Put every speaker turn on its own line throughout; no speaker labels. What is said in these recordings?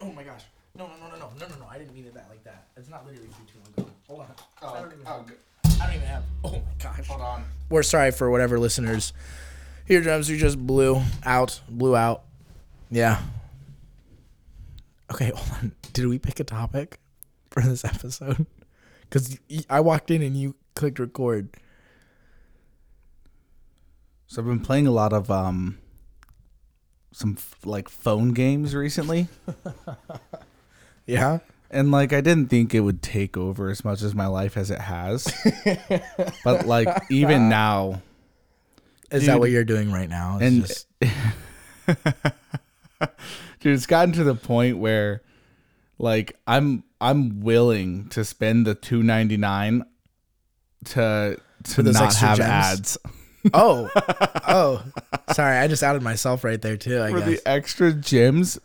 Oh my gosh. No, no, no, no, no, no, no, no. I didn't mean it that like that. It's not literally three, two, one, go. Hold on. I
Oh,
don't even.
oh, g-
I don't even have. Oh my gosh.
hold on.
We're sorry for whatever listeners. Eardrums, you just blew out, blew out. Yeah. Okay, hold on. Did we pick a topic for this episode? Because I walked in and you clicked record.
So I've been playing a lot of um, some f- like phone games recently,
Yeah.
and like I didn't think it would take over as much as my life as it has, but like even now,
Is that what you're doing right now? It's
and
just-
dude, it's gotten to the point where like I'm I'm willing to spend the two ninety nine to to
those
not
extra
have
gems?
ads
oh, oh, sorry. I just outed myself right there too. I
for
guess.
the extra gems.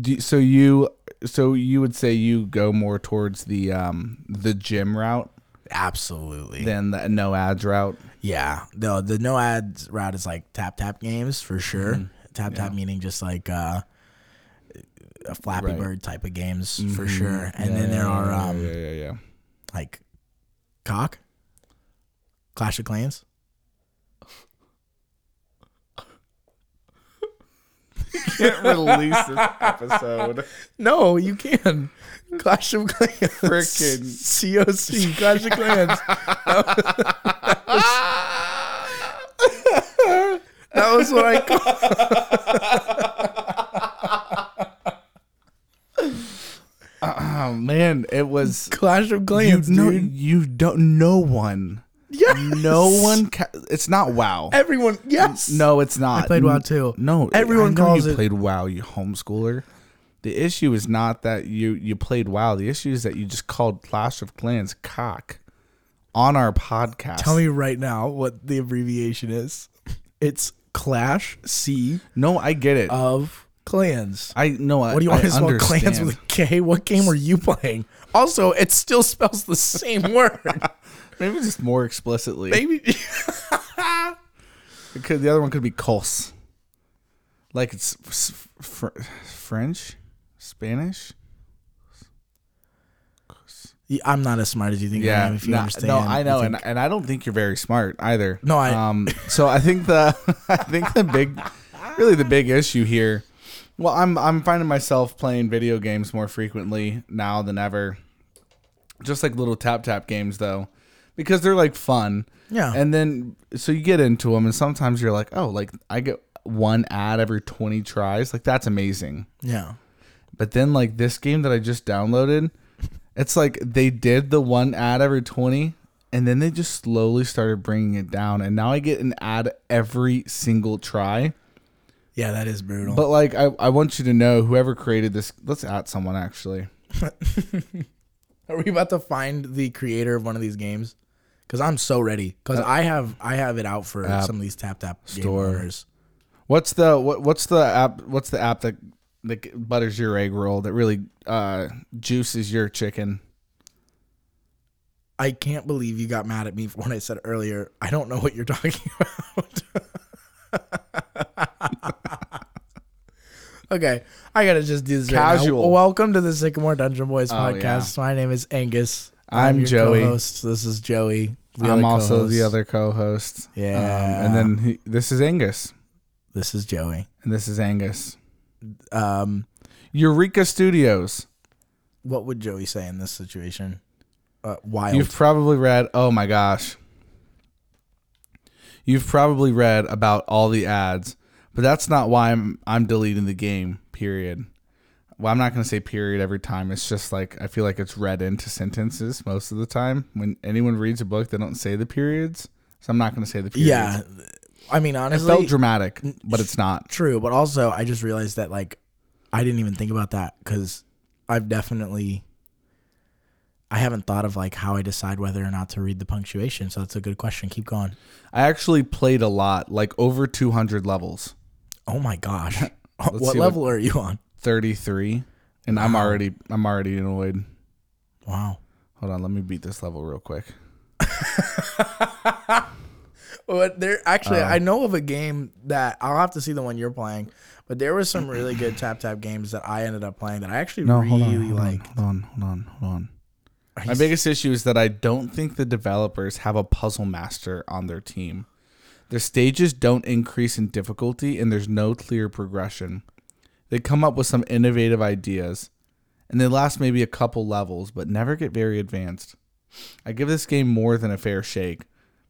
Do, so you so you would say you go more towards the um the gym route
Absolutely.
than the no ads route.
Yeah. No, the no ads route is like tap tap games
Mm-hmm.
for sure. Tap tap meaning just like uh a Flappy
Right. Mm-hmm.
Bird type of games for sure. And then there are um
yeah yeah yeah.
like cock, Clash of Clans.
Can't release this episode.
No, you can. Clash of Clans.
Frickin'.
COC. Clash of Clans. That was, that was what I called.
Oh man, it was.
Clash of
You
Clans.
no,
dude.
you don't. No one.
Yes.
No one. Ca- it's not Wow.
Everyone. Yes.
No, it's not.
played WoW too.
No,
Everyone
I know
calls
you
it-
played WoW. You homeschooler. The issue is not that you you played WoW. The issue is that you just called Clash of Clans cock on our podcast.
Tell me right now what the abbreviation is. It's Clash C
No, I get it.
of Clans.
I no. I,
Uh, What do you want
I
to spell
understand.
Clans with a K? What game were you playing? Also, it still spells the same word.
Maybe just more explicitly.
Maybe
It could- the other one could be Cos. Like it's f- f- fr- French, Spanish.
Yeah, I'm not as smart as you think I
Yeah,
am. If you
no,
understand,
no, I know,
You
and,
think-
and I don't think you're very smart either.
No, I-
Um, so I think the I think the big, really the big issue here. Well, I'm I'm finding myself playing video games more frequently now than ever. Just like little tap tap games though, because they're like fun.
Yeah.
And then so you get into them, and sometimes you're like, oh, like I get one ad every 20 tries. Like that's amazing.
yeah,
But then like this game that I just downloaded, it's like they did the one ad every 20 and then they just slowly started bringing it down and now I get an ad every single try.
yeah, that is brutal.
But like I, I want you to know whoever created this, let's at someone actually.
Are we about to find the creator of one of these games? Because I'm so ready. Because I have I have it out for some of these tap tap
store.
Uh, store owners.
What's the what, what's the app what's the app that that butters your egg roll that really uh juices your chicken?
I can't believe you got mad at me for what I said earlier. I don't know what you're talking about. okay, I gotta just do this. right now.
Casual.
Welcome to the Sycamore Dungeon Boys podcast.
yeah.
My name is Angus.
I'm
your
Joey.
Co-host. This is Joey. the other
I'm also the
co-host.
other co-host. Um,
Yeah.
and then he, this is Angus
This is Joey.
and this is Angus.
Um,
Eureka Studios.
what would Joey say in this situation? Uh, wild.
You've probably read, oh my gosh. You've probably read about all the ads, but that's not why I'm I'm deleting the game, period. Well, I'm not going to say period every time. It's just like I feel like it's read into sentences most of the time. When anyone reads a book, they don't say the periods. So I'm not going to say the periods.
yeah. I mean,
It
honestly,
felt dramatic, but it's not.
True, but also I just realized that like I didn't even think about that because I've definitely I haven't thought of like how I decide whether or not to read the punctuation. So that's a good question. Keep going.
I actually played a lot, like over 200 levels,
Oh my gosh, what
see what-
level are you on?
33, and I'm already I'm already annoyed.
Wow.
Hold on, let me beat this level real quick.
But there actually,
Oh.
I know of a game that I'll have to see the one you're playing. But there were some really good tap tap games that I ended up playing that I actually
No,
really
hold on, hold on,
like.
hold on, hold on, hold on.
Are
My
you-
biggest issue is that I don't think the developers have a puzzle master on their team. Their stages don't increase in difficulty and there's no clear progression. They come up with some innovative ideas and they last maybe a couple levels but never get very advanced. I give this game more than a fair shake,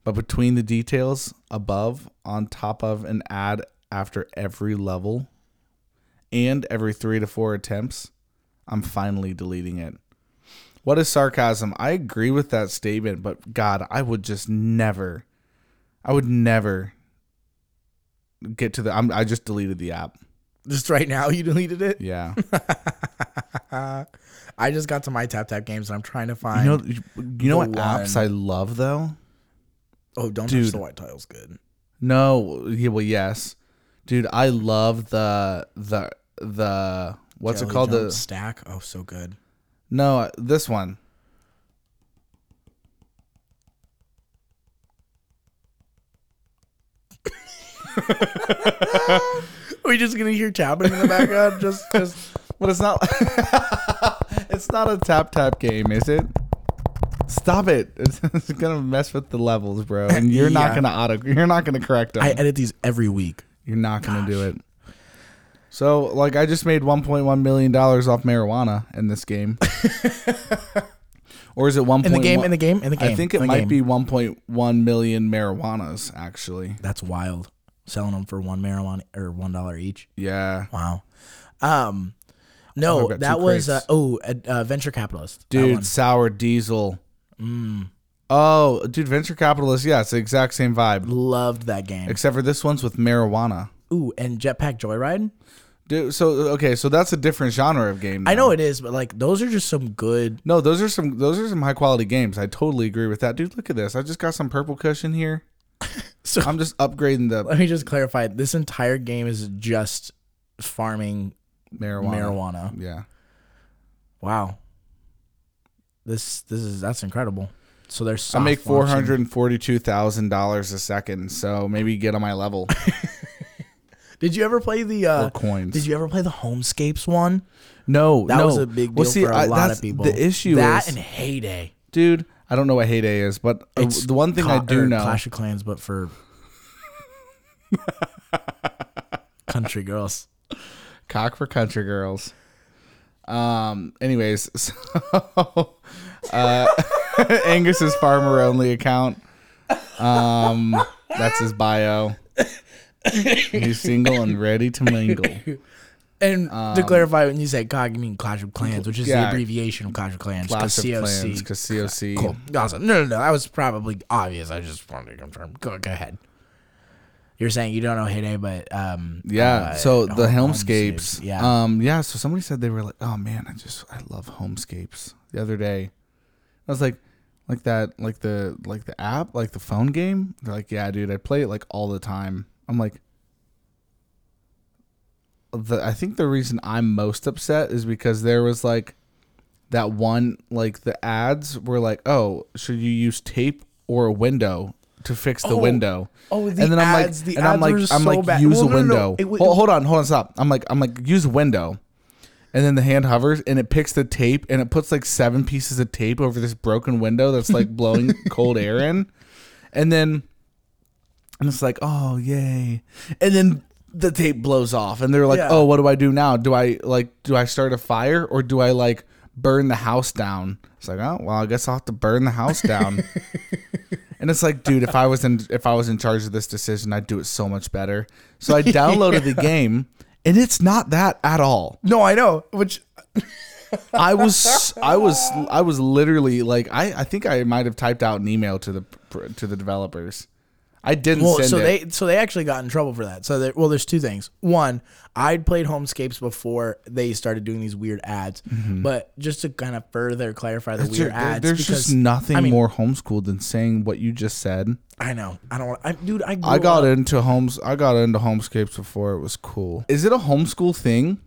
but between the details above, on top of, and add after every level and every three to four attempts, I'm finally deleting it. What is sarcasm? I agree with that statement, but God, I would just never, I would never get to the. I'm, I just deleted the app.
just right now, you deleted it.
Yeah,
I just got to my tap tap games and I'm trying to
you
find.
know, you know what
The
apps
one.
I love though.
oh, don't touch
dude.
the white tile's good.
No, yeah, well, yes, dude, I love the the the what's it
Jelly
called
Jump
the
stack? Oh, so good.
No, this one.
Are we just gonna hear tapping in the background? just, just.
But it's not. it's not a tap tap game, is it? Stop it! It's, it's gonna mess with the levels, bro. And you're not
Yeah.
gonna auto. You're not gonna correct them.
I edit these every week.
you're not gonna do it. So, like, I just made 1.1 million dollars off marijuana in this game. or is it 1.1?
In the game, in the game, in the game.
I think it
in the game.
might be 1.1 million marijuanas, actually.
That's wild. Selling them for one marijuana or one dollar each.
Yeah,
Wow. Um, no,
I've got
that
two
was uh,
crates.
oh, a, a venture capitalist. That one. Mm.
dude, sour diesel. Oh, dude, venture capitalist. Yeah, it's the exact same vibe.
loved that game.
except for this one's with marijuana.
Ooh, and Jetpack Joyride.
Dude, so okay, so that's a different genre of game.
I
though.
know it is, but like those are just some good.
No, those are some those are some high quality games. I totally agree with that, dude. Look at this. I just got some purple cushion here.
So-
I'm just upgrading the
Let me just clarify. This entire game is just farming
marijuana.
marijuana.
Yeah,
Wow. This this is that's incredible. So there's
I
soft
make
launching.
four hundred and forty two thousand dollars a second. So maybe get on my level
Did you ever play the
or
uh
coins.
did you ever play the Homescapes one?
no,
That
no.
was a big deal
Well, see,
for a
I-
lot
that's-
of people.
The issue
that
is,
and Heyday.
dude. I don't know what heyday is, but uh,
It's
the one thing I
Ca-
do
or
know,
Clash of Clans, but for country girls.
cock for country girls. Um. Anyways, so uh, Angus's farmer only account. Um, that's his bio. He's single and ready to mingle.
And to clarify, when you say COG, you mean Clash of Clans, which is
Um, yeah.
the abbreviation of Clash of Clans.
Clash
Clash
of
COC.
Clans, 'cause COC.
Cool. I was like, no, no, no. That was probably obvious. I just wanted to confirm. Go, go ahead. You're saying you don't know Heyday, but um,
Yeah.
uh,
so the
Home-
Helmscapes.
Yeah.
Um. Yeah. So somebody said they were like, "Oh man, I just I love Homescapes." The other day, I was like, like that, like the like the app, like the phone game. They're like, "Yeah, dude, I play it like all the time." I'm like, the I think the reason I'm most upset is because there was like that one like the ads were like, "Oh, should you use tape or a window?" To fix the
Oh.
window,
Oh, the
and then
ads-
I'm like,
the
and I'm
ads
like,
were
I'm
so
like,
bad.
use
Well,
a
no, no, no.
window.
It w-
Hol- hold on, hold on, stop. I'm like, I'm like, use a window, and then the hand hovers and it picks the tape and it puts like seven pieces of tape over this broken window that's like blowing cold air in, and then, and it's like, oh yay, and then the tape blows off and they're like,
Yeah.
oh, what do I do now? Do I like, do I start a fire or do I like burn the house down? It's like, oh well, I guess I'll have to burn the house down. And it's like, dude, if I was in if I was in charge of this decision, I'd do it so much better. So I downloaded the game, and it's not that at all.
no, I know. Which
I was I was I was literally like I I think I might have typed out an email to the pr- to the developers. I didn't
Well,
send
so
it.
they so they actually got in trouble for that. So there, well, there's two things. One, I'd played Homescapes before they started doing these weird ads, but just to kind of further clarify the
Mm-hmm. There-
weird
there-
ads,
there's
because
just nothing
I mean-
more homeschooled than saying what you just said.
I know I don't want I, dude. I grew
I got
up,
into homes. I got into homescapes before it was cool. Is it a homeschool thing?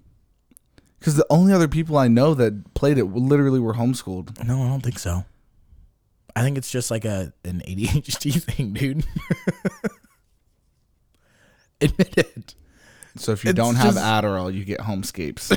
Because the only other people I know that played it literally were homeschooled.
No, I don't think so. I think it's just like a an ADHD thing, dude. Admit it.
So if you
It's
don't have
just-
Adderall, you get homescapes.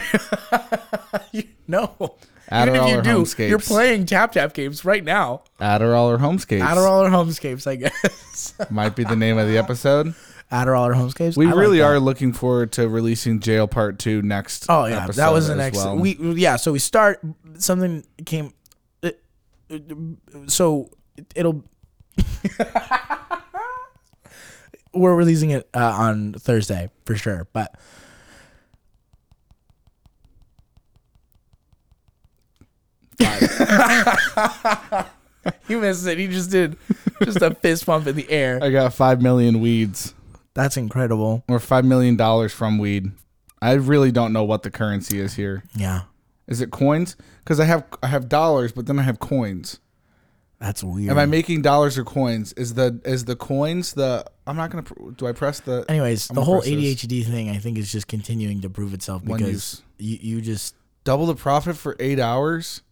No.
Adderall or
Even if you do,
Homescapes?
you're playing tap tap games right now.
Adderall or homescapes
Adderall or homescapes, I guess.
might be the name of the episode.
Adderall or homescapes.
We
I like
really
that.
are looking forward to releasing Jail Part Two next.
Oh yeah,
episode
that was an
as
excellent.
well.
We yeah, so we start something came. It, it- so it'll. We're releasing it uh, on Thursday for sure, but you missed it. He just did just a fist pump in the air.
I got five million weeds
That's incredible.
or five million dollars from weed. I really don't know what the currency is here.
Yeah,
Is it coins? Because I have I have dollars, but then I have coins.
that's weird.
Am I making dollars or coins? Is the is the coins the? I'm not gonna. pr- Do I press the?
Anyways, the
gonna
whole
press this.
ADHD thing I think is just continuing to prove itself
One
because you, you just
double the profit for eight hours.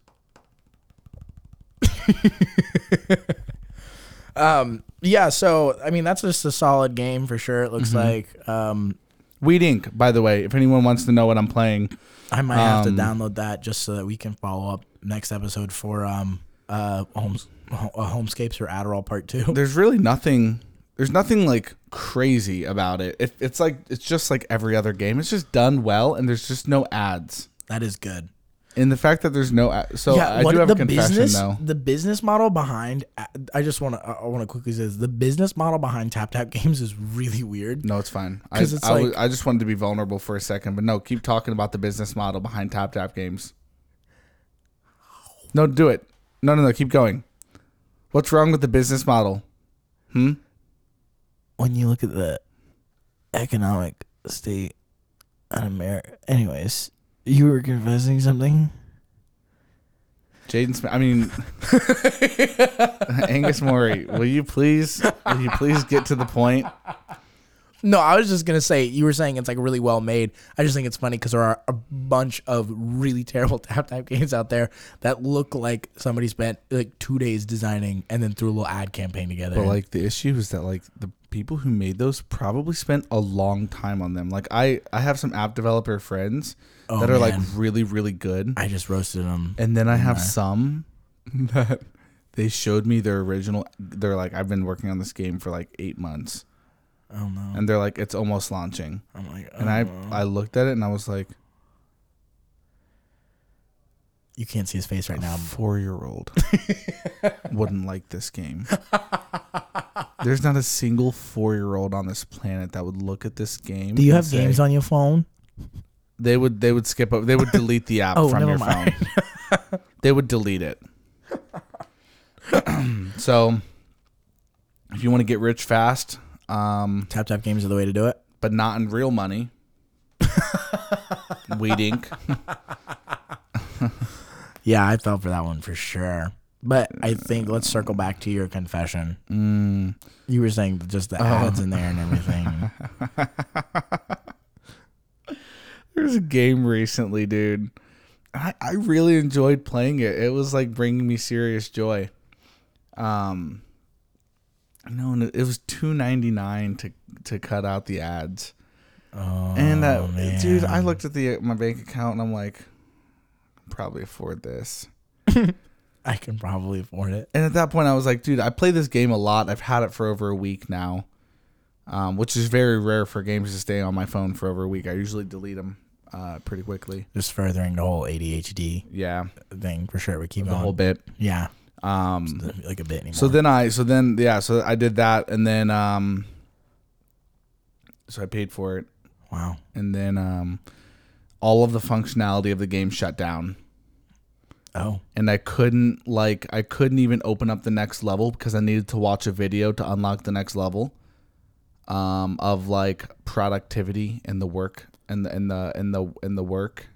um yeah, so I mean that's just a solid game for sure. It looks like um
Weed Inc. By the way, if anyone wants to know what I'm playing,
I might have
Um,
to download that just so that we can follow up next episode for um uh homes ho- uh, homescapes or Adderall part 2.
there's really nothing. There's nothing like crazy about it. it. It's like it's just like every other game. It's just done well, and there's just no ads.
That is good.
And the fact that there's no ad, so
yeah,
Oh, I
what
do have
the
a confession
business
though.
the business model behind I just want to I want to quickly say this, the business model behind Tap Tap Games is really weird.
No, it's fine. I,
'Cause it's
I,
like-
was- I just wanted to be vulnerable for a second, but no, keep talking about the business model behind Tap Tap Games. No, do it. No, no, no. Keep going. What's wrong with the business model?
when you look at the economic state in America, anyways, you were confessing something.
Jaden Smith. I mean, Angus Mori. Will you please? Will you please get to the point?
No, I was just gonna say you were saying it's like really well made. I just think it's funny because there are a bunch of really terrible tap tap games out there that look like somebody spent like two days designing and then threw a little ad campaign together.
But like the issue is that like the people who made those probably spent a long time on them. Like I, I have some app developer friends
Oh,
that are like
man.
really, really good.
I just roasted them.
And then I have some that they showed me their original. They're like, I've been working on this game for like eight months,
Oh no!
and they're like, it's almost launching.
I'm like, oh,
And I, I looked at it and I was like,
you can't see his face right now.
four year old wouldn't like this game. There's not a single four year old on this planet that would look at this game.
Do you
and
have
say-
games on your phone?
They would, they would skip over. They would delete the app
Oh,
from
never
your
mind.
phone. they would delete it. so, if you want to get rich fast, um,
Tap tap games are the way to do it.
but not in real money. Weed Inc.
Yeah, I fell for that one for sure. But I think let's circle back to your confession.
Mm. Oh.
You were saying just the ads in there and everything.
There's a game recently, dude. I, I really enjoyed playing it. It was like bringing me serious joy. Um, you know, and it it was two ninety nine to to cut out the ads.
Oh,
and uh,
man.
dude, I looked at the uh, my bank account and I'm like, probably afford this.
I can probably afford it.
And at that point, I was like, dude, I play this game a lot. I've had it for over a week now, um, which is very rare for games to stay on my phone for over a week. I usually delete them uh, pretty quickly.
Just furthering the whole ADHD
Yeah,
thing for sure. We keep
the
going.
whole bit.
yeah,
Um,
like a bit anymore.
so then I, so then yeah, so I did that, and then um, so I paid for it,
wow.
and then um, all of the functionality of the game shut down.
Oh,
and I couldn't like I couldn't even open up the next level because I needed to watch a video to unlock the next level um of like productivity and the work and the and the and the and the work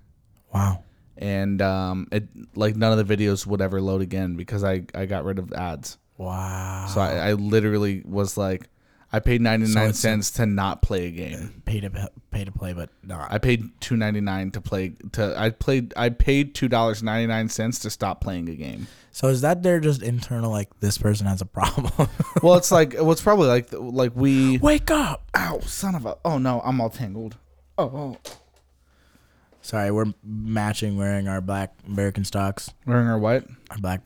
wow.
and um it like none of the videos would ever load again because I I got rid of ads.
Wow.
So I, I literally was like, I paid ninety nine
it's-
cents to not play a game.
Pay to pay to play, but not.
I paid two ninety nine to play to I played I paid two dollars ninety nine cents to stop playing a game.
So is that their just internal like this person has a problem?
Well, it's like well, it's probably like like we.
Wake up!
Ow, son of a! Oh no, I'm all tangled. Oh, oh.
Sorry, we're matching wearing our black American stocks,
wearing our what?
our black